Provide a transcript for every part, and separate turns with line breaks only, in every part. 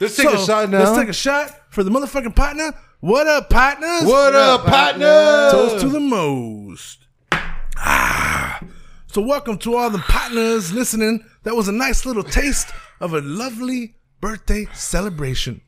Let's take a
So,
shot now.
Let's take a shot for the motherfucking partner. What up, partners?
what up, partner?
Toast to the most. Ah. So welcome to all the partners listening. That was a nice little taste of a lovely birthday celebration.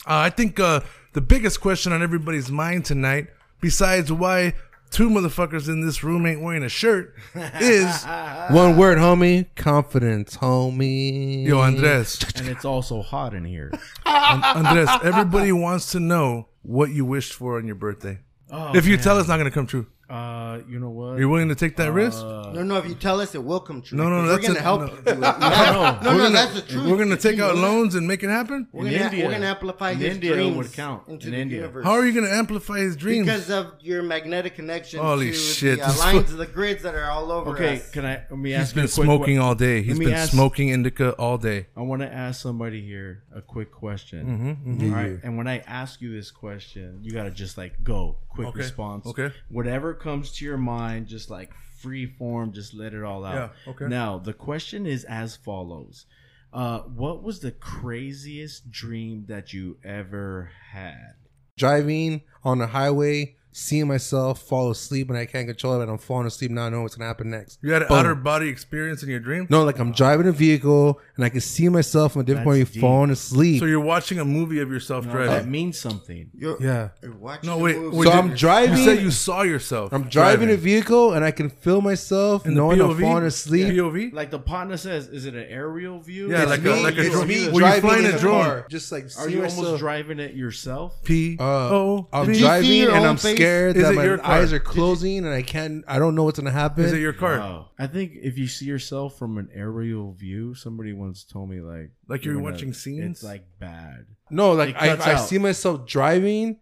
Uh, I think uh, the biggest question on everybody's mind tonight, besides why two motherfuckers in this room ain't wearing a shirt, is
One word, homie. Confidence, homie.
yo Andres.
and it's also hot in here.
Andres, everybody wants to know what you wished for on your birthday. if you tell us, it's not gonna come true.
Uh, you know what?
Are you willing to take that risk?
Uh,
No, no. If you tell us, it will come true.
No, no,
We're
that's
gonna
a-
help
no.
you. Do it. no, no,
gonna-
that's the truth.
We're gonna
If
take
you
out
do that,
loans and make it happen.
We're
In
gonna,
India.
we're gonna amplify
In
his
India, it
dreams
would count.
into
In
the
India.
universe.
How are you gonna amplify his dreams?
because of your magnetic connection
Holy
to
shit,
the uh,
this
lines
was-
of the grids that are all over
okay,
us.
can I? Let me
He's
ask. you
been
a quick
smoking
que-
all day. He's
Let me
been
ask-
smoking indica all day.
I want to ask somebody here a quick question.
Mm-hmm.
Hmm? Mm-hmm.
All right, and when I ask you this question, you gotta just like go quick
Okay,
response.
okay.
Whatever comes to your mind, just like free form, just let it all out.
Yeah, okay.
Now the question is as follows: uh, What was the craziest dream that you ever had?
Driving on the highway, seeing myself fall asleep and I can't control it, and I'm falling asleep now. I know what's gonna happen next.
You had an
Boom.
outer body experience in your dream.
No, like I'm driving a vehicle and I can see myself from a different
That's
point of view
deep.
falling asleep.
So you're watching a movie of yourself
No, that
driving.
Uh, means something.
You're,
yeah.
you're watching
No,
the
wait.
movie.
wait,
So
did-
I'm driving-
You said you saw yourself.
I'm driving a vehicle and I can feel myself
in the
knowing
POV.
I'm falling asleep.
POV.
Like the partner says, is it an aerial view?
Yeah,
Is
like
it
a- like a
it's
drone.
me
Were you flying a drone?
Just like
Are
see
you
myself.
almost driving it yourself?
P
Uh,
O.
I'm
Did you see
driving
your
and
own
I'm
face?
scared
Is
that
it
my
your car?
eyes are closing and I can't. I don't know what's gonna happen.
Is it your
Uh,
car?
Wow. I think if you see yourself from an aerial view, somebody once told me like
Like you're
gonna-
watching scenes?
It's like bad.
no, like
It cuts
I, I
out.
see myself driving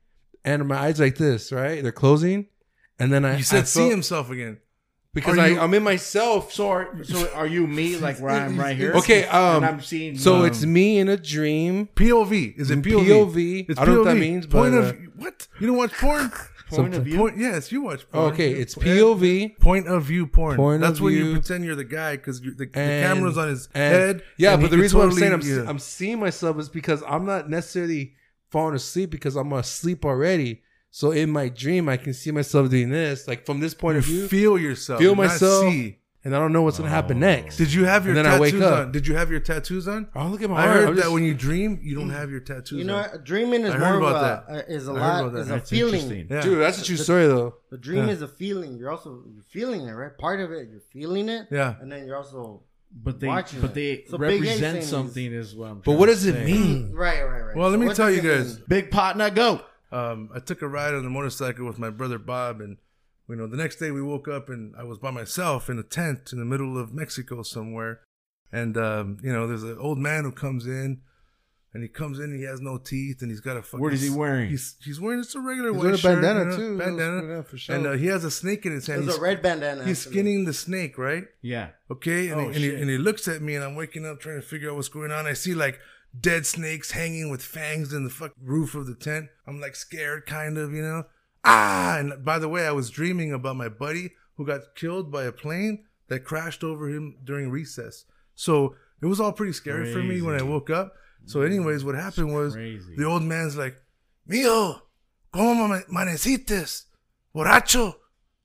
and my eyes like this, right? They're closing, and then I
You
I
said see
felt-
himself again.
because
Are
I,
you-
I'm in myself. So
So are, so are you me like where I'm right here?
Okay, um,
and I'm seeing.
so
um,
it's me in a dream.
POV. Is it POV?
POV.
It's
I don't know what that
POV.
means,
point
but, uh,
of what? You don't watch porn?
Point of view?
Point, yes, you watch porn.
Okay, it's
Eh,
POV.
Point of view porn.
Point
That's
of
when you
view.
pretend you're the guy because the, the
and-
camera's on his
and-
head.
Yeah,
and
but
he
the
could
reason why I'm
totally-
saying I'm
yeah.
I'm seeing myself is because I'm not necessarily falling asleep because I'm asleep already. So in my dream, I can see myself doing this, like from this point of
you
view,
feel yourself.
feel
not
myself,
see.
and I don't know what's gonna happen next.
Did you have your
And then I wake
tattoos
up.
on? Did you have your tattoos on?
Oh, look at my
I
arm.
heard
I'm
that
just-
when you dream, you don't have your tattoos.
You know,
on.
what? dreaming is
I
more
heard
of
about
a, a- is a
I heard about
lot
that.
is a
that's
feeling.
interesting.
yeah.
dude, that's a true story though.
The dream
Yeah.
is a feeling. You're also you're feeling it, right? Part of it, you're feeling it.
Yeah.
And then you're also
But they
Watching
but
it.
they
So Big A's saying
represent
is-
something is what I'm.
But
trying
what
to
does it
say.
mean?
right, right, right.
Well, let
So
me
what
tell
does
you
it
guys.
mean?
Big partner, go.
um, I took a ride on a motorcycle with my brother Bob, and you know, the next day we woke up and I was by myself in a tent in the middle of Mexico somewhere, and um, you know, there's an old man who comes in, and he comes in, and he has no teeth, and he's got a fucking.
What is he wearing?
He's he's wearing just a regular
He's
white
wearing a
shirt,
bandana,
you know,
too.
bandana,
Yeah, for sure.
and uh, he has a snake in his hand.
It was
He's,
a red bandana.
he's
actually.
skinning the snake, right?
Yeah.
Okay, and,
Oh,
he, and, he,
shit.
and he looks at me, and I'm waking up trying to figure out what's going on. I see like dead snakes hanging with fangs in the fuck roof of the tent. I'm like scared, kind of, you know. Ah, and by the way, I was dreaming about my buddy who got killed by a plane that crashed over him during recess. So it was all pretty scary for me when I
Crazy. Mm,
woke up. So, anyways, what happened was
crazy.
the old man's like, "Mio, cómo me- amanecites, borracho."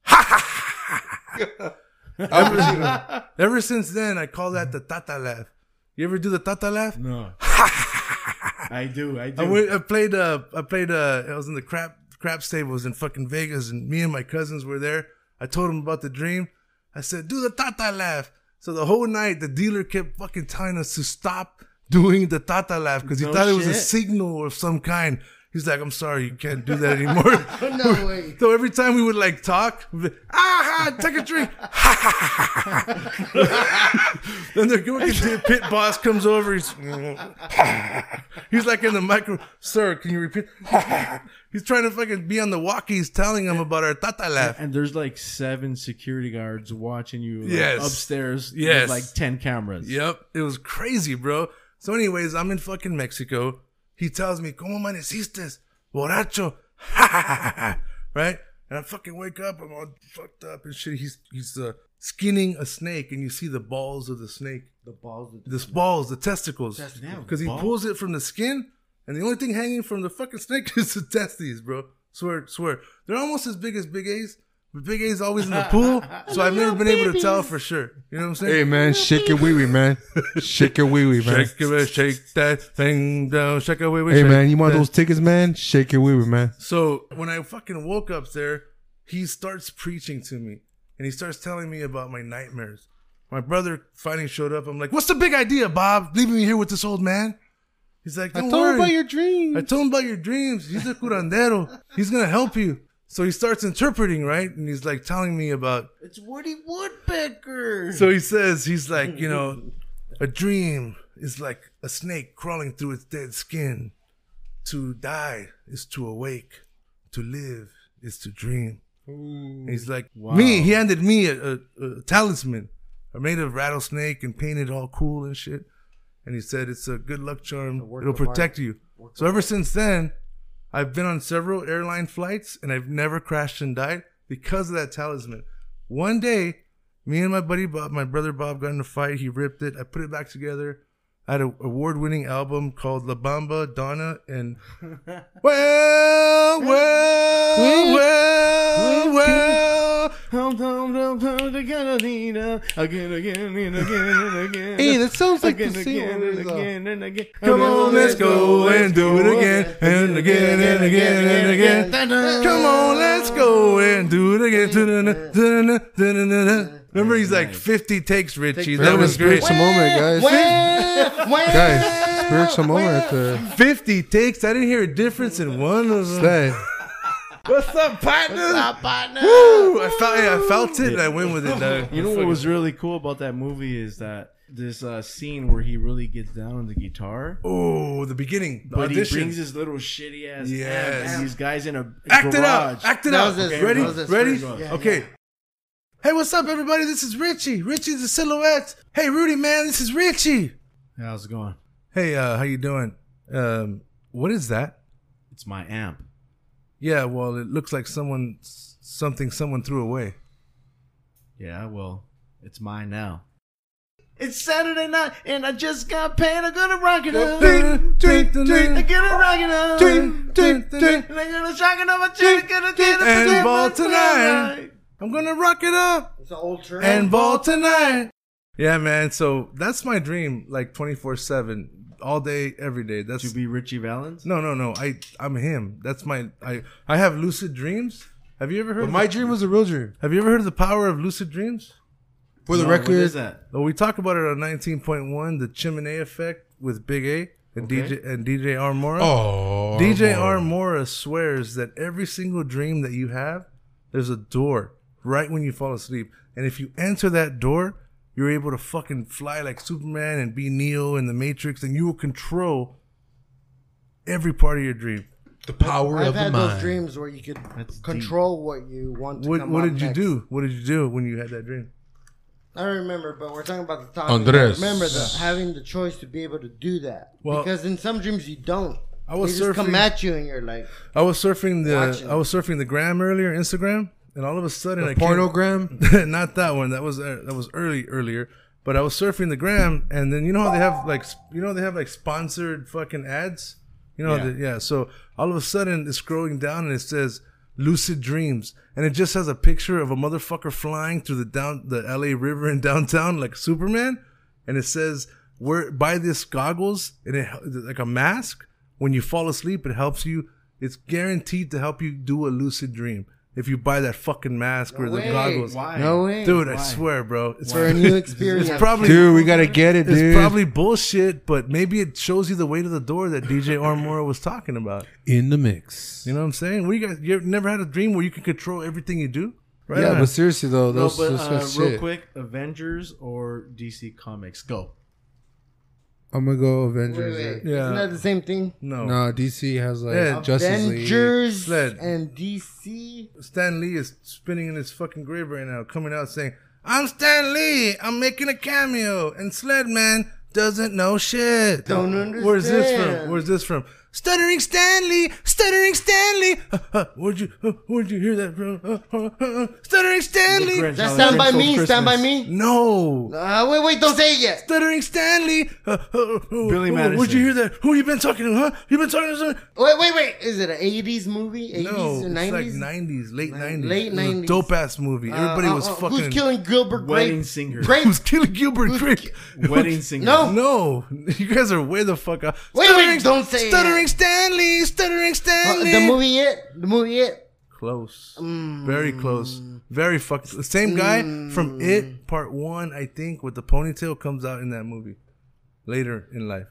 Ha ha ha ha. Ever since then, I call that the Tata laugh. You ever do the Tata laugh?
No. I do. I do.
I, went, I played. Uh, I played. Uh, I was in the crap crap tables in fucking Vegas, and me and my cousins were there. I told them about the dream. I said, "Do the Tata laugh." So the whole night, the dealer kept fucking telling us to stop doing the Tata laugh because he
No
thought it was a
shit.
signal of some kind. He's like, "I'm sorry, you can't do that anymore."
No way.
So every time we would like talk, we'd be, ah, ha, take a drink. then the fucking pit boss comes over. He's, he's like in the micro, sir, can you repeat? he's trying to fucking be on the walkies telling him about our tata laugh.
and there's like seven security guards watching you like,
Yes.
upstairs
Yes.
with like 10 cameras.
Yep, it was crazy, bro. So, anyways, I'm in fucking Mexico. He tells me, ¿Cómo amaneciste? Borracho. right? And I fucking wake up, I'm all fucked up and shit. He's he's uh, skinning a snake, and you see the balls of the snake,
The balls. Of
the balls, the testicles,
Testicles.
Damn,
because he
ball-
pulls it from the skin, and the only thing hanging from the fucking snake is the testes, bro. Swear, swear, they're almost as big as Big A's, but Big A's always in the pool, so I've never been able to tell for sure. You know what I'm saying?
Hey man, shake your wee wee, man. Shake your wee wee, man.
Shake it, shake that thing down, shake away.
Hey man, you want those tickets, man? Shake your wee wee, man.
So when I fucking woke up there, he starts preaching to me and he starts telling me about my nightmares. My brother finally showed up. I'm like, "What's the big idea, Bob? Leaving me here with this old man?" He's like, "Don't worry."
dreams.
I told him about your dreams. He's a curandero. He's gonna help you." So he starts interpreting, right? And he's like telling me about
it's Woody Woodpecker.
so he says he's like you know a dream is like a snake crawling through its dead skin to die is to awake to live is to dream And he's like me he handed me a, a, a talisman uh, made of rattlesnake and painted all cool and shit and he said it's a good luck charm
work
it'll
of
protect
art.
you so ever since then i've been on several airline flights and i've never crashed and died because of that talisman one day me and my buddy Bob, my brother Bob, got in a fight. He ripped it. I put it back together. I had an award-winning album called La Bamba, Donna, and well, well, well, well.
Hum, hum, hum, hum, the Catalina. Again, again, and again, and again.
Hey, that sounds like
Again,
the
again,
same
and
as, uh,
again, and again.
Come on, let's go and do it again and again and again and again. Come on, let's go and do it again. Da-da-da, da-da-da, da-da-da. Remember, he's like 50 takes, Richie. That
That was
was great.
spiritual moment, guys. Guys, spiritual moment at the
50 takes. I didn't hear a difference in one of them.
that.
What's up, partner? Woo! I felt, yeah, I felt it and I went with it, dog.
You know what was really cool about that movie is that this uh, scene where he really gets down on the guitar,
Oh, the beginning. The
but he
audition.
brings his little shitty ass
Yes.
act, and these guys in a
Act it
garage.
out. Act it
That
out.
was it.
Ready?
That was it.
Ready?
First one. Yeah,
okay.
yeah.
Hey, what's up, everybody? This is Richie. Richie's the silhouette. Hey, Rudy, man, this is Richie.
How's it going?
Hey, uh, how you doing? Um, what is that?
It's my amp.
Yeah, well, it looks like someone, something someone threw away.
Yeah, well, it's mine now. It's Saturday night, and I just got paid. I'm gonna rock it up.
Ding, ding,
I'm
ding,
gonna rock it up.
ding, ding, ding.
And I'm gonna shock it up my chin. Gonna get it
And ball
for
tonight. I'm gonna rock it up.
It's an old term.
and ball tonight. Yeah, man. So that's my dream, like twenty four seven, all day, every day. That's
To be Richie Valens?
no, no, no. I I'm him. That's my I I have lucid dreams. Have you ever heard?
But
of
my
the,
dream was a real dream.
Have you ever heard of the power of lucid dreams?
For the
No, What
record,
is that?
Well, we talk about it on nineteen point one, the Chimney effect with Big A and
Okay.
DJ and DJ R Mora.
oh,
DJ
Armor.
R Mora swears that every single dream that you have, there's a door right when you fall asleep, and if you enter that door, you're able to fucking fly like Superman and be Neo in the Matrix, and you will control every part of your dream.
the power
I've
of the
had
mind.
those dreams where you could
That's
control what you want to
What
come
What
out
did you
next.
do? What did you do when you had that dream?
I don't remember, but we're talking about the topic.
Andres.
Remember the, having the choice to be able to do that.
Well-
because in some dreams you don't.
I was
they just come
surfing-
at you and you're like,
I was surfing the
Watching.
I was surfing the gram earlier, Instagram, and all of a sudden I came-
Pornogram.
not that one. That was uh, that was early earlier. But I was surfing the gram, and then you know how they have like sp- you know they have like sponsored fucking ads. You know,
Yeah.
yeah. yeah. So all of a sudden it's scrolling down and it says lucid dreams, and it just has a picture of a motherfucker flying through the down the L.A. River in downtown like Superman, and it says wear buy this goggles and it hel- like a mask. When you fall asleep, it helps you. It's guaranteed to help you do a lucid dream if you buy that fucking mask or the
way.
goggles.
Why?
no way,
Dude, I
Why?
swear, bro. It's
for a new experience.
It's probably
Dude, we gotta get it,
it's
dude.
probably bullshit, but maybe it shows you the way to the door that DJ Armora was talking about.
in the mix.
You know what I'm saying? We got you never had a dream where you could control everything you do, right?
yeah,
on.
but seriously though,
No,
those,
but
those
uh,
kinds of
real
shit.
quick, Avengers or DC Comics? Go.
I'm gonna go
Wait, wait,
Avengers.
wait.
yeah.
Yeah.
Isn't that the same thing?
no.
No, DC has like
Yeah.
Justice League.
Avengers
Sled.
and DC.
Stan Lee is spinning in his fucking grave right now, coming out saying, "I'm Stan Lee. I'm making a cameo, and Sled Man doesn't know shit."
Don't
Where's this
understand.
from? Where's this from? Stuttering Stanley, Stuttering Stanley. Uh, uh, where'd you uh, Where'd you hear that from? Uh, uh, uh, uh, Stuttering Stanley.
Grinch.
That's
Oh,
stand by
Grinch
me.
Stole
Stand by
Christmas.
me.
No.
Uh, wait, wait, don't say it yet.
Stuttering Stanley. Uh, uh, uh,
Billy
uh,
Madison.
Where'd you hear that? Who you been talking to? Huh? You been talking to? Someone?
Wait, wait, wait. Is it an '80s movie? '80s
No,
or
it's
'90s?
like nineties, late nineties,
late 90s.
dope ass movie.
Uh,
Everybody
uh,
was
uh,
fucking.
Who's killing Gilbert
Wedding
Grape?
singer.
Grape.
Who's killing Gilbert Grape?
Wedding singer.
No.
No, you guys are way the fuck out.
Wait, wait, don't say it.
Stuttering Stanley, Stuttering
Uh,
Stanley.
the movie it. The movie it.
Close, very close, very fuck. Same guy from It Part One, I think, with the ponytail comes out in that movie later in life.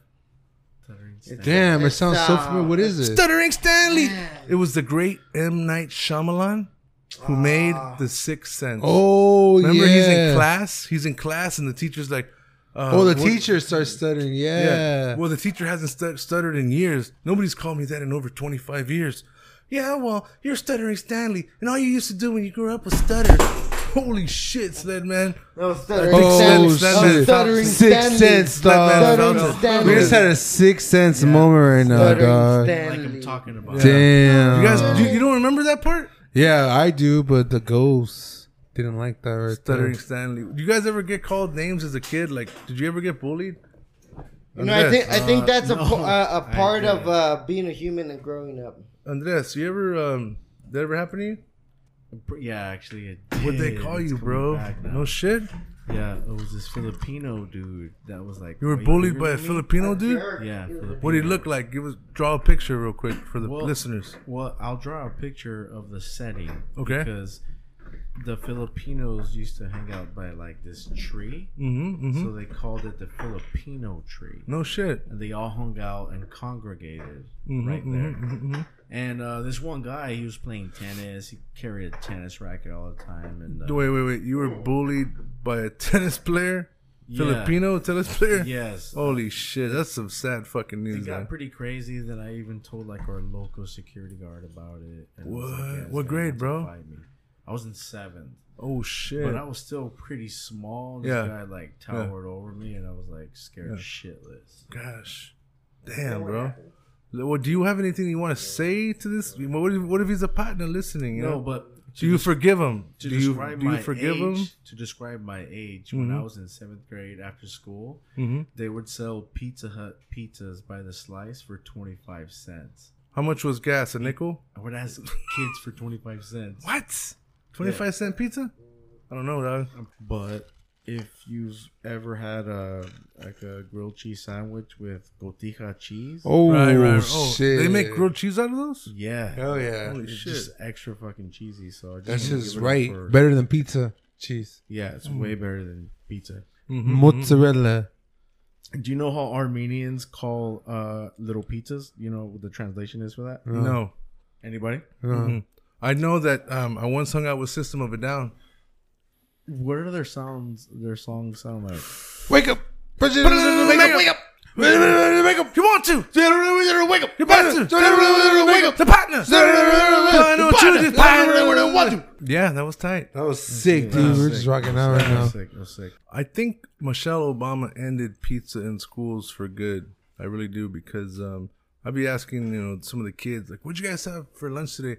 Damn, it
It's,
sounds so
uh,
familiar. What is it?
Stuttering Stanley. It was the great M Night Shyamalan
Ah.
who made The Sixth Sense.
Oh,
Remember,
yeah.
he's in class. He's in class, and the teacher's like, uh,
Oh, the
what-
teacher starts stuttering. Yeah.
Yeah. Well, the teacher hasn't stu- stuttered in years. Nobody's called me that in over 25 years. Yeah, well, you're stuttering Stanley, and all you used to do when you grew up was stutter. Holy shit, Sled Man.
No, stuttering
Oh,
Stanley.
Stanley.
Oh, stuttering
Six
Stanley. Oh,
cents,
Batman
dog.
Falcon.
Stuttering
We
Stanley.
just had a six cents moment right now,
Oh,
Stuttering
dog.
Like I'm
Stanley.
talking about.
Damn.
You
Uh.
guys, you, you don't remember that part?
yeah, I do, but the ghosts didn't like that. Right
Stuttering
there.
Stanley. Do you guys ever get called names as a kid? Like, did you ever get bullied?
You know, I think I think that's a,
no,
po- uh,
I
a part
didn't.
of uh, being a human and growing up.
uh, Andres, you ever, um, that ever happen to you?
Yeah, actually, it did.
What'd they call
It's
you,
coming
bro?
back now.
No shit?
Yeah, it was this Filipino dude that was like.
You were
way
bullied
bigger
by a
than me.
Filipino dude?
Yeah. Filipino.
What did he look like? Give us draw a picture real quick for the
Well-
listeners.
Well, I'll draw a picture of the setting.
Okay.
Because the Filipinos used to hang out by like this tree,
Mm-hmm,
so they called it the Filipino tree.
No shit.
And they all hung out and congregated
Mhm,
right there.
mhm, mhm, mhm.
And uh, this one guy, he was playing tennis. He carried a tennis racket all the time. And uh,
Wait, wait, wait. You were bullied by a tennis player?
yeah,
Filipino tennis player?
Yes.
Holy shit. That's some sad fucking
It
news, man.
got pretty crazy that I even told like our local security guard about it. And I was
What?
like, yeah, this
What
guy
grade,
wants to
bro?
fight me. I was in seventh.
oh, shit.
But I was still pretty small. This
Yeah.
guy like towered over me, and I was like scared shitless.
Gosh. Damn, bro. Well, do you have anything you want to say to this? What if, what if he's a partner listening? You
No,
know?
but
do you forgive him?
to
do you,
describe
do you
my
forgive
age,
him? Mm-hmm.
to describe my age when I was in seventh grade after school,
Mhm.
they would sell Pizza Hut pizzas by the slice for twenty five cents.
How much was gas? A nickel?
I would ask kids for twenty five cents.
What? Twenty-five cent pizza? I don't know, dog.
But if you've ever had a like a grilled cheese sandwich with gotija cheese,
Oh,
Right, right. Oh,
shit.
They make grilled cheese out of those?
yeah,
Hell yeah.
Holy
it's
shit.
just extra fucking cheesy. So I just
That's
wanna
just
give it up
right.
for-
Better than pizza. Cheese.
Yeah, it's way better than pizza.
Mm-hmm,
Mozzarella.
Do you know how Armenians call uh, little pizzas? You know what the translation is for that?
Uh.
No.
Anybody?
Mm. I know that um, I once hung out with System of a Down.
What do their sounds? Their songs sound like?
Wake up. Wake up.
Wake up.
Wake up.
You want to?
Wake up.
You want to?
Wake up.
The partners. I know you did. Yeah, that was tight.
That was sick, dude. We're just rocking out right now.
Sick, that's sick.
I think Michelle Obama ended pizza in schools for good. I really do because um, I'd be asking you know some of the kids like, "What'd you guys have for lunch today?"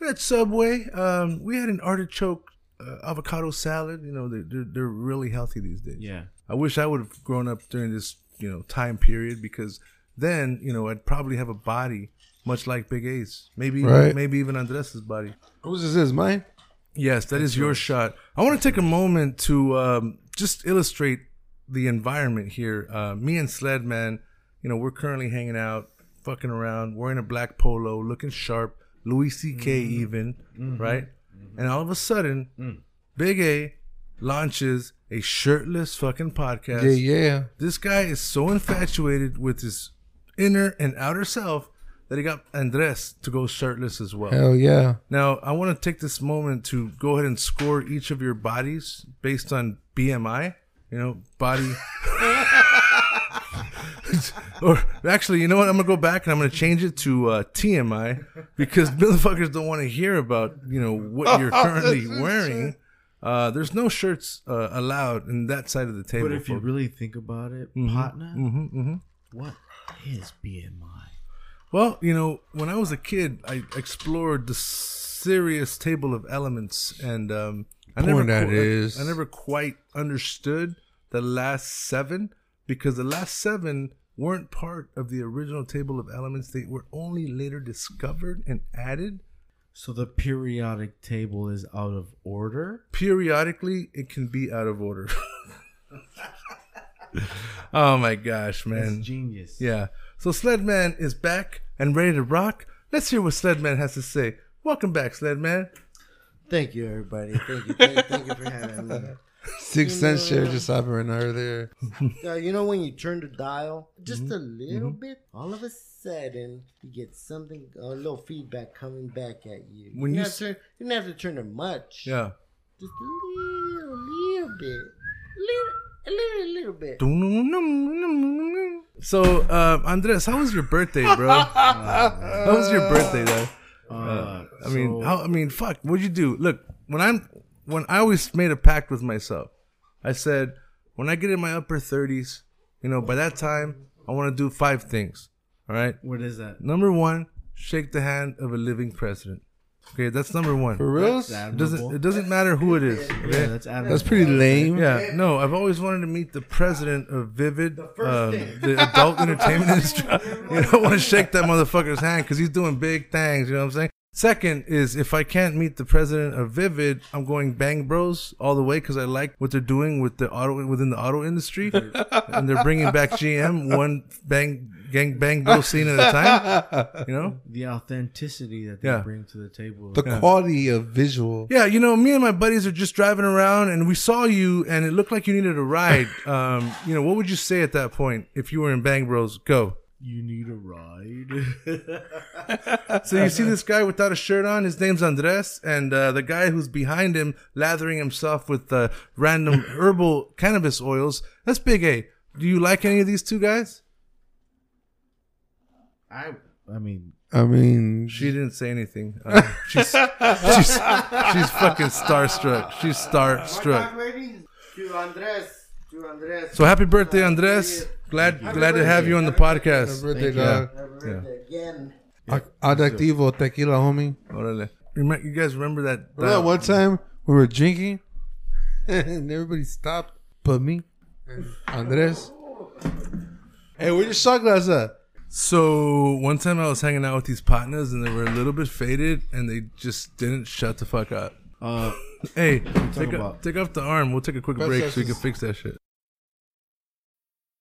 We had Subway. Um, we had an artichoke uh, avocado salad. You know, they're, they're they're really healthy these days.
Yeah.
I wish I would have grown up during this, you know, time period because then, you know, I'd probably have a body much like Big Ace. Maybe
Right.
maybe even Andres's body.
Who's this? Is mine?
Yes, that is your shot. I want to take a moment to um, just illustrate the environment here. Uh, me and Sledman, you know, we're currently hanging out, fucking around, wearing a black polo, looking sharp, Louis C.K.
Mm-hmm.
even, right? And all of a sudden,
Mm.
Big A launches a shirtless fucking podcast
Yeah, yeah.
this guy is so infatuated with his inner and outer self that he got Andres to go shirtless as well.
Hell yeah.
Now, I want to take this moment to go ahead and score each of your bodies based on BMI, you know, body. or actually, you know what? I'm going to go back and I'm going to change it to uh, TMI because motherfuckers don't want to hear about, you know, what you're currently wearing. Uh, there's no shirts uh, allowed in that side of the table.
But if you
folks.
Mm-hmm.
really think about it, Patna, what is BMI?
Well, you know, when I was a kid, I explored the serious table of elements, and um, I
Porn, that
qu- I-
is.
I, never quite understood the last seven because the last seven weren't part of the original table of elements. They were only later discovered and added
So the periodic table is out of order.
periodically. It can be out of order. oh my gosh,
That's
man!
genius.
Yeah. So Sledman is back and ready to rock. Let's hear what Sledman has to say. Welcome back, Sledman.
Thank you, everybody. Thank you. Thank, thank you for having me.
Six cent share just happened earlier.
Uh, you know when you turn the dial just a little bit, all of a sudden you get something, a little feedback coming back at you.
When
you,
you
don't have
s-
to turn, you don't have to turn it much.
Yeah.
just a little, little bit, little, a little, little bit.
So, uh, Andres, how was your birthday, bro? how was your birthday, though?
Uh,
I mean,
so-
how, I mean, fuck. What'd you do? Look, when I'm, when I always made a pact with myself, I said, when I get in my upper thirties, you know, by that time, I want to do five things. All right.
what is that?
Number one, shake the hand of a living president. Okay, that's number one.
For real?
That's
It
admirable.
doesn't it doesn't matter who it is.
yeah, that's admirable.
That's pretty lame.
Yeah, no, I've always wanted to meet the president of Vivid, the, the adult entertainment industry. You know, I want to shake that motherfucker's hand because he's doing big things. You know what I'm saying? Second is if I can't meet the president of Vivid, I'm going Bang Bros all the way because I like what they're doing with the auto within the auto industry, and they're bringing back GM one bang gang bang bro scene at a time. You know?
the authenticity that they
Yeah.
bring to the table.
The quality of visual.
Yeah, you know, me and my buddies are just driving around, and we saw you, and it looked like you needed a ride. Um, you know, what would you say at that point if you were in Bang Bros? Go.
you need a ride.
So you see this guy without a shirt on. His name's Andres, and uh, the guy who's behind him lathering himself with uh, random herbal cannabis oils. That's Big A. Do you like any of these two guys?
I, I mean,
I mean,
She didn't say anything. Uh, she's, she's she's fucking starstruck. She's starstruck.
ladies, to Andres, to Andres.
So happy birthday, Andres! Glad glad to have you on the podcast.
birthday,
dog.
again.
Adactivo tequila, homie.
Órale. Remi- You guys remember that?
Remember that
that-
one time we were drinking and everybody stopped but me and Andres. Hey, where your sunglasses at?
So one time I was hanging out with these partners and they were a little bit faded and they just didn't shut the fuck up.
uh,
Hey,
talking
take, a,
about?
take off the arm. We'll take a quick
Best
break so we can
sessions.
fix that shit.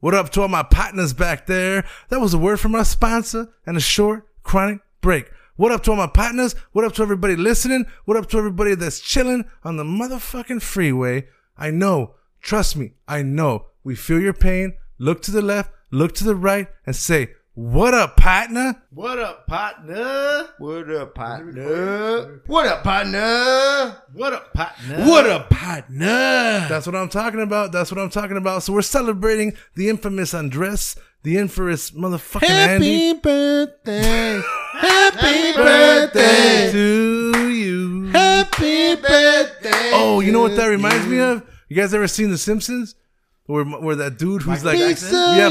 What up to all my partners back there? That was a word from our sponsor and a short chronic break. What up to all my partners? What up to everybody listening? What up to everybody that's chilling on the motherfucking freeway? I know. Trust me. I know. We feel your pain. Look to the left, look to the right, and say, What up, partner?
what up, partner?
What up, partner? What up, partner?
What up, partner?
What a partner!
That's what I'm talking about. That's what I'm talking about. So we're celebrating the infamous Andres, the infamous motherfucking Andy.
Happy birthday! Happy
birthday
birthday!
to you.
Happy birthday!
Oh, you know what that reminds me of? You guys ever seen The Simpsons? Where, where that dude who's like, yeah,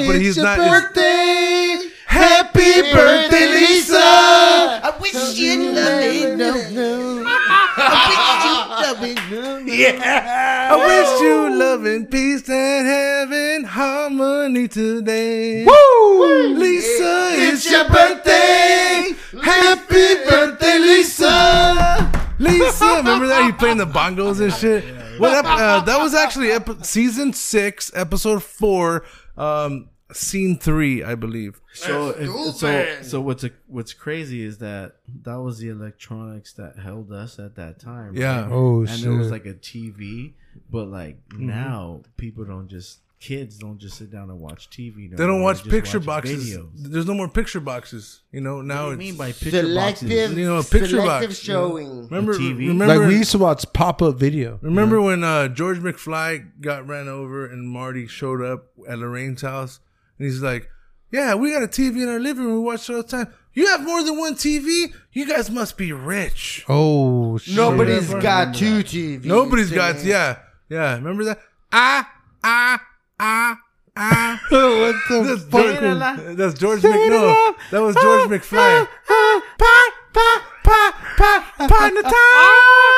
but he's not. it's-
birthday! Happy birthday, Lisa!
I wish you loving, no, no. I wish you loving, no, no.
I wish you love and peace and heaven harmony today.
Woo!
Lisa, it's, your
birthday! Happy birthday, Lisa!
Lisa, remember that he playing the bongos and shit. What up? Uh, that was actually ep- season six, episode four, um, scene three, I believe.
So,
That's
so,
stupid.
so what's a, what's crazy is that that was the electronics that held us at that time.
Yeah.
Oh
and
shit!
Mm-hmm.
there was like a TV, but like now people don't just kids don't just sit down and watch TV. no
They don't
more,
watch
just
picture
watch
boxes.
Videos.
There's no more picture boxes. You know now
What do
it's
you mean by picture
Selective,
boxes?
You know, a picture box, you
selective
know.
showing.
remember
TV?
remember
like we used to watch pop up video.
Remember when uh, George McFly got ran over and Marty showed up at Lorraine's house and he's like, "Yeah, we got a TV in our living room. We watch it all the time. You have more than one TV. You guys must be rich.
Oh, shit.
Nobody's
Sure.
got two TVs.
Nobody's got
man.
yeah, yeah. Remember that? Ah, ah, ah, ah."
what the
That's
fuck?
George, that's George McNo. That was George McFly. Pa, pa, pa, pa, pa,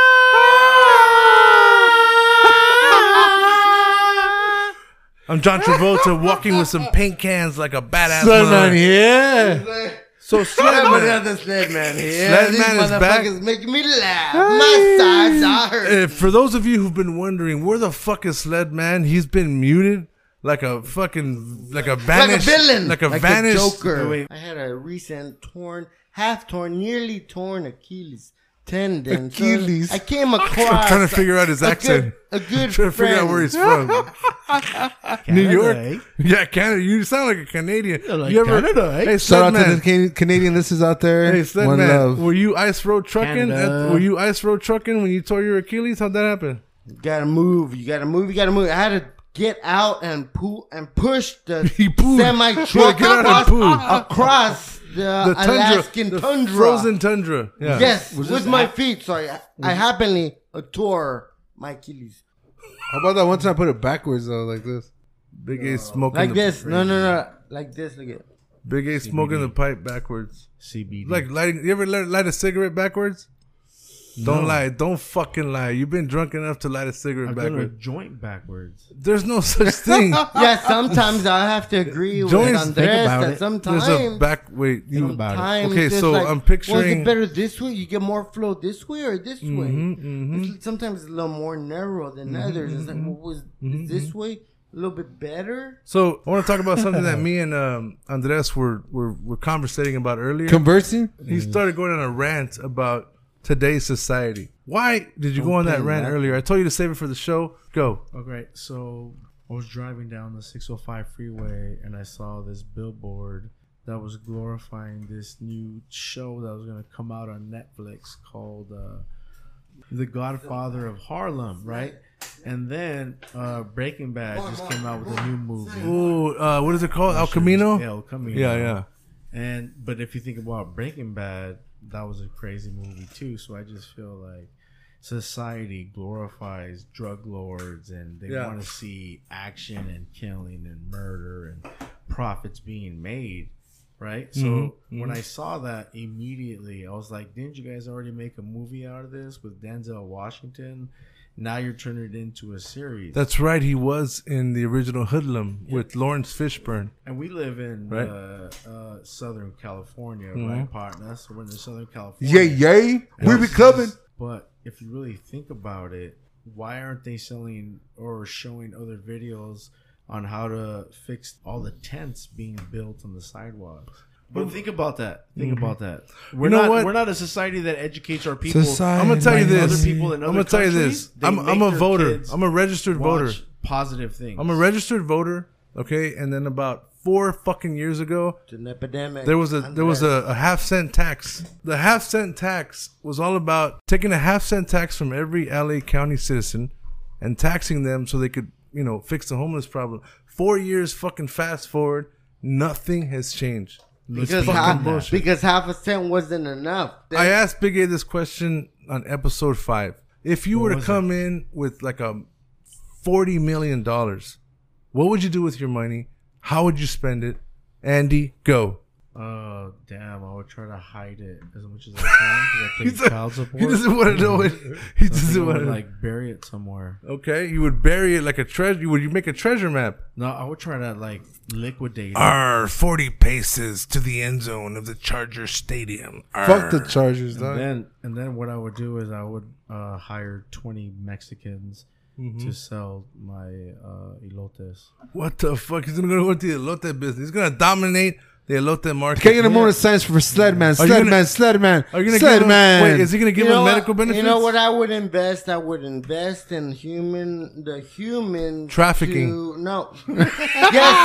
Natal. I'm John Travolta walking with some paint cans like a badass.
Son on
mother-
here.
So
Everybody
Sledman,
has the sled man here.
Sled
These
man is back.
motherfuckers making me laugh. My sides are hurt.
uh, for those of you who've been wondering where the fuck is Sled Man, he's been muted like a fucking like a
Like
vanished
a villain.
like a vanished
Joker. I had a recent torn, half torn, nearly torn Achilles tendon. So
Achilles.
I came across.
I'm trying to figure out his
a
accent.
Good, a good
trying to figure out
friend.
where he's from. New
Canada,
York.
eh?
Yeah, Canada. You sound like a Canadian.
like
you ever,
Canada, eh?
Hey,
Shout out to
Sledman.
the Can- Canadian listeners out there.
Hey, Sled
One
Man,
love.
were you ice road trucking? at-
Canada.
were you ice road trucking when you tore your Achilles? How'd that happen?
gotta move. You gotta move. You gotta move. I had to get out and poo and push the
He pooed.
semi
Yeah,
truck
get out and
across,
poo.
across the,
The tundra,
Alaskan
the
tundra.
frozen tundra. Yeah.
Yes, with my feet. Sorry, I, I happily tore my Achilles
How about that one time I put it backwards, though, like this?
Big A smoking
Uh, like
the,
this. No, no, no, like this. Look at.
Big A smoking the pipe backwards.
Mm.
CBD.
Like lighting. You ever light, light a cigarette backwards? Don't lie. Don't fucking lie. You've been drunk enough to light a cigarette
I'm gonna
backwards.
joint backwards.
There's no such thing.
Yeah, sometimes I have to agree with
Joyce,
Andres
think
about
that
it.
sometimes.
There's a back. Wait, you.
about it.
Sometimes
Okay,
it's
so
like,
I'm
Well, is
picturing. Mm-hmm,
it better this way? You get more flow this way or this way? It's, sometimes it's a little more narrow than others. It's
mm-hmm.
like, well, was is this way a little bit better?
So I want to talk about something that me and um, Andres were, were were conversating about earlier.
Conversing?
he
Mm-hmm.
started going on a rant about today's society. Why did you go on that rant earlier? I told you to save it for the show. Go.
Okay, so I was driving down the 605 freeway and I saw this billboard that was glorifying this new show that was going to come out on Netflix called uh, The Godfather of Harlem, right? And then uh, Breaking Bad just came out with a new movie.
Ooh, uh, what is it
Oh,
called? El Camino.
El Camino.
Yeah, yeah.
And but if you think about Breaking Bad, that was a crazy movie too. So I just feel like society glorifies drug lords and they
Yeah.
want to see action and killing and murder and profits being made, right? So
Mm-hmm.
when I saw that immediately, I was like, didn't you guys already make a movie out of this with Denzel Washington? Now you're turning it into a series.
That's right. He was in the original Hoodlum with Lawrence Fishburne.
And we live in
Right. Mm-hmm.
uh, uh, Southern California, right, partner? So we're in Southern California.
Yay, yay. We be clubbing.
But if you really think about it, why aren't they selling or showing other videos on how to fix all the tents being built on the sidewalks? But think about that. Think about that. We're
Mhm. know
not
what?
we're not a society that educates our people.
Society.
I'm gonna tell you
Like
this.
Other people in
I'm
other
gonna tell you
countries,
this.
they
I'm,
make
I'm a
their
voter.
kids
I'm a registered voter.
watch Positive things.
I'm a registered voter. Okay, and then about four fucking years ago,
It's an epidemic.
There was a there was a, a half cent tax. The half cent tax was all about taking a half cent tax from every LA County citizen and taxing them so they could, you know, fix the homeless problem. Four years fucking fast forward, nothing has changed.
because
fucking
half,
bullshit.
because half a cent wasn't enough.
I asked Big A this question on episode five. If you were to
was
come in with like a forty million dollars, what would you do with your money? How would you spend it? Andy, go.
Oh damn! I would try to hide it as much as I can because I pay child support.
He doesn't want to know it. He
I think I
doesn't want
would
to
like bury it somewhere.
Okay, you would bury it like a treasure. You would you make a treasure map?
No, I would try to like liquidate. it.
R forty paces to the end zone of the Charger Stadium.
Fuck the Chargers,
And
dog.
then, and then what I would do is I would uh, hire twenty Mexicans to sell my uh, elotes.
What the fuck? He's gonna go into the elote business. He's gonna dominate the elote market.
Can I get a moment of silence for Sled Man?
Are you
Sled
gonna-
Man, Sled Man,
Are you gonna
Sled
give him,
Man.
Wait, is he gonna give
You know
him
what-
medical benefits?
You know what I would invest? I would invest in human, the human
Trafficking.
to- no. yes,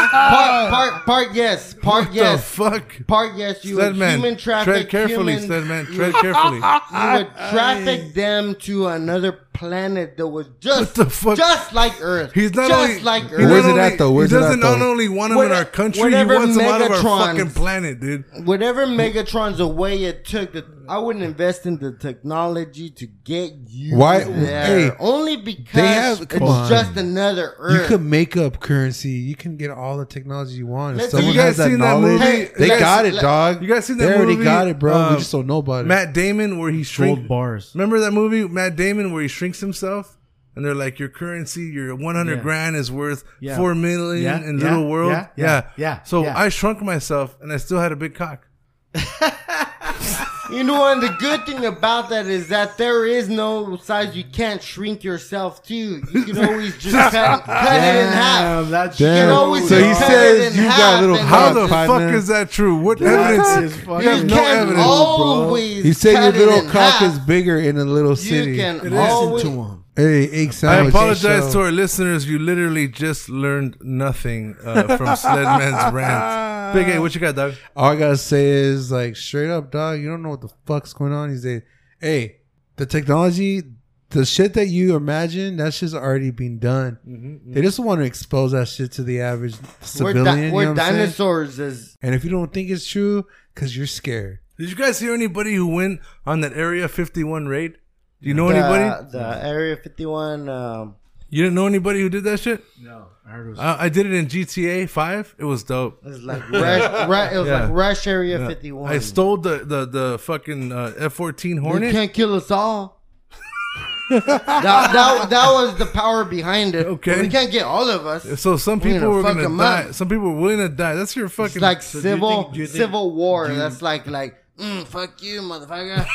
part, part, part. Yes, part.
What
yes,
the fuck?
part. Yes, you would
Sledman,
human traffic.
tread carefully,
human,
Sledman. Tread carefully.
You would traffic them to another planet that was just
the fuck?
just like Earth.
He's not
just
only
like
he not
Earth.
Where's it at,
only-
though? Where's
he
it at,
doesn't
though?
not only want him in
What-
our country, he
whatever
wants him out of our
Megatrons-
fucking planet, dude.
Whatever Megatron's away it took, that I wouldn't invest in the technology to get you
Why-
there.
hey,
Only because
they have- come
it's
on.
just another Earth.
You can make up currency. You can get all the technology you want. If
Let's-
someone
you guys
has that
seen that
knowledge,
movie? Hey,
they
you guys-
got it,
let-
dog.
You guys seen that
They already
movie?
got it, bro.
Um,
we just don't know about it.
Matt Damon, where he shrinks.
Gold bars.
Remember that movie, Matt Damon, where he shrinks himself? And they're like, your currency, your 100
Yeah.
grand is worth
Yeah.
4 million
Yeah,
in
yeah,
Little World.
yeah, yeah, yeah,
So
yeah.
I shrunk myself and I still had a big cock.
You know, and the good thing about that is that there is no size you can't shrink yourself to. You can always just cut, cut it in half.
Damn, that's
Damn.
You can always
So he
just cut
says
it in
you got
half
little
and
How
Fuck,
the fuck
partner.
is that true? What
That
evidence?
is
You
fucking-
have
You
no
can
evidence.
always.
he said your
cut it
little
in
cock
half.
is bigger in a little
You
city.
can
Listen
always.
to him.
Hey, egg
I
sandwich.
apologize to our listeners. You literally just learned nothing uh, from Sledman's rant. Big A, what you got, dog?
All I gotta say is like straight up, dog. You don't know what the fuck's going on these days. Hey, the technology, the shit that you imagine, that shit's already been done. They just want to expose that shit to the average
We're,
civilian.
di-
you know
we're
what I'm saying?
dinosaurs. Is
And if you don't think it's true, cause you're scared.
Did you guys hear anybody who went on that Area 51 raid? Do you know
the,
anybody?
the Area 51. Um,
You didn't know anybody who did that shit? Uh,
No, I heard it was.
I, I did it in GTA 5. It was dope.
it's like Rush, Ru- it was
Yeah.
like Rush Area 51.
I stole the the, the fucking uh, F-14
You
Hornet.
can't kill us all. that, that, that was the power behind it.
Okay.
We can't get all of us.
So some
We're gonna
people were
fuck
gonna
'em
die.
up.
Some people were willing to die. That's your
It's
fucking.
like
do you
civil
think- do you think-
civil war.
do you-
That's like like mm, fuck you, motherfucker.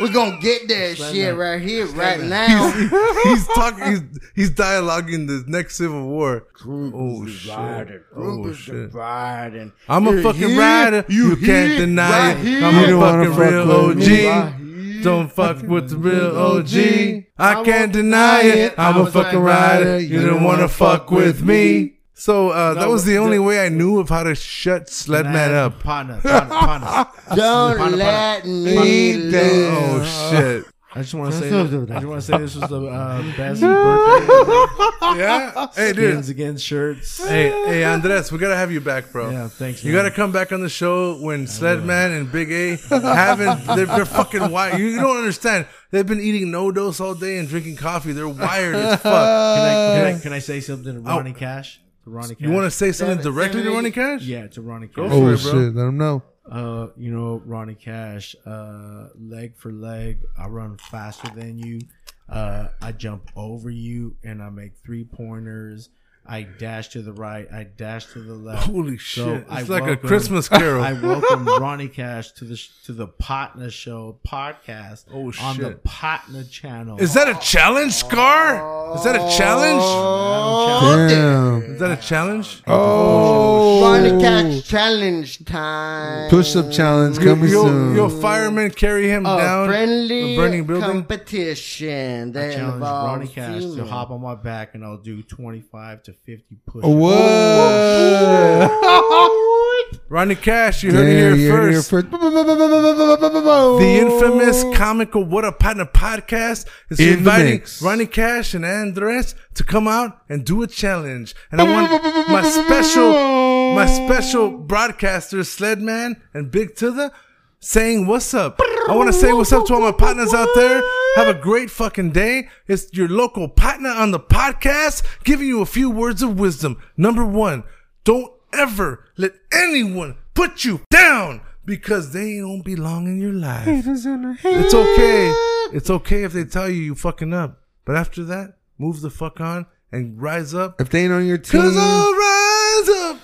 We're gonna get that shit right here, right now.
he's talking. He's, he's dialoguing the next civil war. Oh shit!
divided. Group
Oh
is
shit!
divided.
I'm a
You're
fucking
here,
rider. You, can't
here,
deny
right
it.
here.
I'm
You
a
don't wanna
fucking
fuck
real
with me. Right
OG. Don't fuck with the real OG.
I
I
won't
can't deny it. I'm a
was
fucking
like,
rider. You don't want to fuck with me. So uh, that was the only way I knew of how to shut Sledman up.
Partner, partner, partner.
Don't let me
Fucking-
down.
Oh shit!
I just want to say, I just want to say this was the uh, best birthday
Yeah. Hey, dude.
skins against shirts.
Hey, hey, Andres, we gotta have you back, bro.
Yeah, thanks.
You
man.
gotta come back on the show when Sledman and Big A haven't. They're, they're fucking wired. You, you don't understand. They've been eating no dose all day and drinking coffee. They're wired as fuck.
Can I,
Uh,
can I, can I say something to Ronnie
Oh.
Cash? To Ronnie Cash.
You want to say something
Seven-
directly to
seven,
Ronnie
eight.
Cash?
Yeah, to Ronnie Cash.
Go
Oh
for it, bro.
shit! Let them know.
Uh, you know, Ronnie Cash, uh, leg for leg, I run faster than you. Uh, I jump over you and I make three pointers. I dash to the right. I dash to the left.
Holy shit!
So
it's
I
like a
welcome-
Christmas carol.
I welcome Ronnie Cash to the sh- to the Partner Show podcast
Oh,
on the
shit.
Partner Channel.
Is that a challenge, Scar? Is that a challenge?
Oh,
Damn.
Is that a challenge?
Oh,
Ronnie Cash challenge time.
push up challenge coming
You'll,
soon.
you'll fireman carry him
A
down
Oh, friendly
the burning building.
competition
I
that
challenge Ronnie
involves
Cash to
female.
hop on my back and I'll do twenty five to fifty push.
What?
Ronnie Cash, you heard it here first. The
The
infamous comical What a Partner podcast is
In the
inviting
mix.
Ronnie Cash and Andres to come out and do a challenge. And I want my special, my special broadcasters, Sledman and Big Tither, saying what's up. I want to say what's up to all my partners out there. Have a great fucking day. It's your local partner on the podcast giving you a few words of wisdom. Number one, don't ever let anyone put you down because they don't belong in your life. It's okay. It's okay if they tell you you fucking up. But after that, move the fuck on and rise up.
If they ain't on your
Cause
team,
I'll rise up.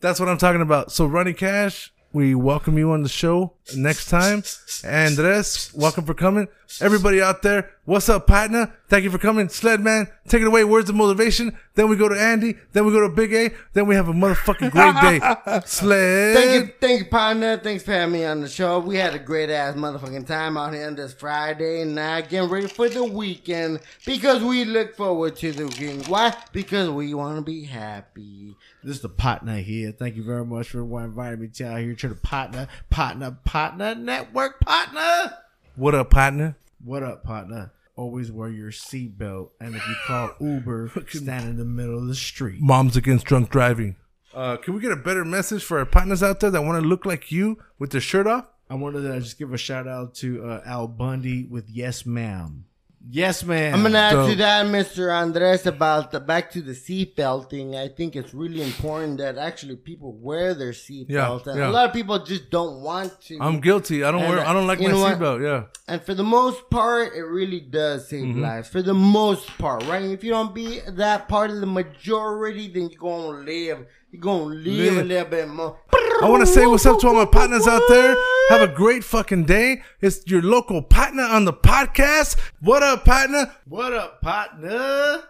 That's what I'm talking about. So Ronnie Cash, we welcome you on the show next time. Andres, welcome for coming. Everybody out there, What's up, partner? Thank you for coming. Sled man, take it away. Words of motivation. Then we go to Andy. Then we go to Big A. Then we have a motherfucking great day. Sled.
Thank you, thank you, partner. Thanks for having me on the show. We had a great ass motherfucking time out here on this Friday, and now getting ready for the weekend because we look forward to the weekend. Why? Because we want to be happy.
This is the partner here. Thank you very much for inviting me down here to the partner, partner, partner network, partner.
What up, partner?
What up, partner? Always wear your seatbelt, and if you call Uber, stand in the middle of the street.
Moms against drunk driving. Uh, can we get a better message for our partners out there that want to look like you with their shirt off?
I wanted to just give a shout out to uh, Al Bundy with "Yes, ma'am." Yes, ma'am.
I'm gonna add
So-
to that, Mr. Andres, about the back to the seatbelt thing. I think it's really important that actually people wear their seatbelt. and
yeah.
A lot of people just don't want to.
I'm guilty. I don't
And,
wear. I don't like
you
my
know what?
seatbelt. Yeah.
And for the most part, it really does save lives. For the most part, right? If you don't be that part of the majority, then you're gonna live. You're gonna live,
Live.
a little bit more.
I want to say what's up to all my partners out there. Have a great fucking day. It's your local partner on the podcast. What up, partner?
What up, partner?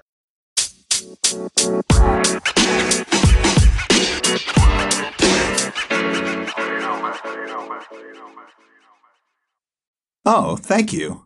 Oh, thank you.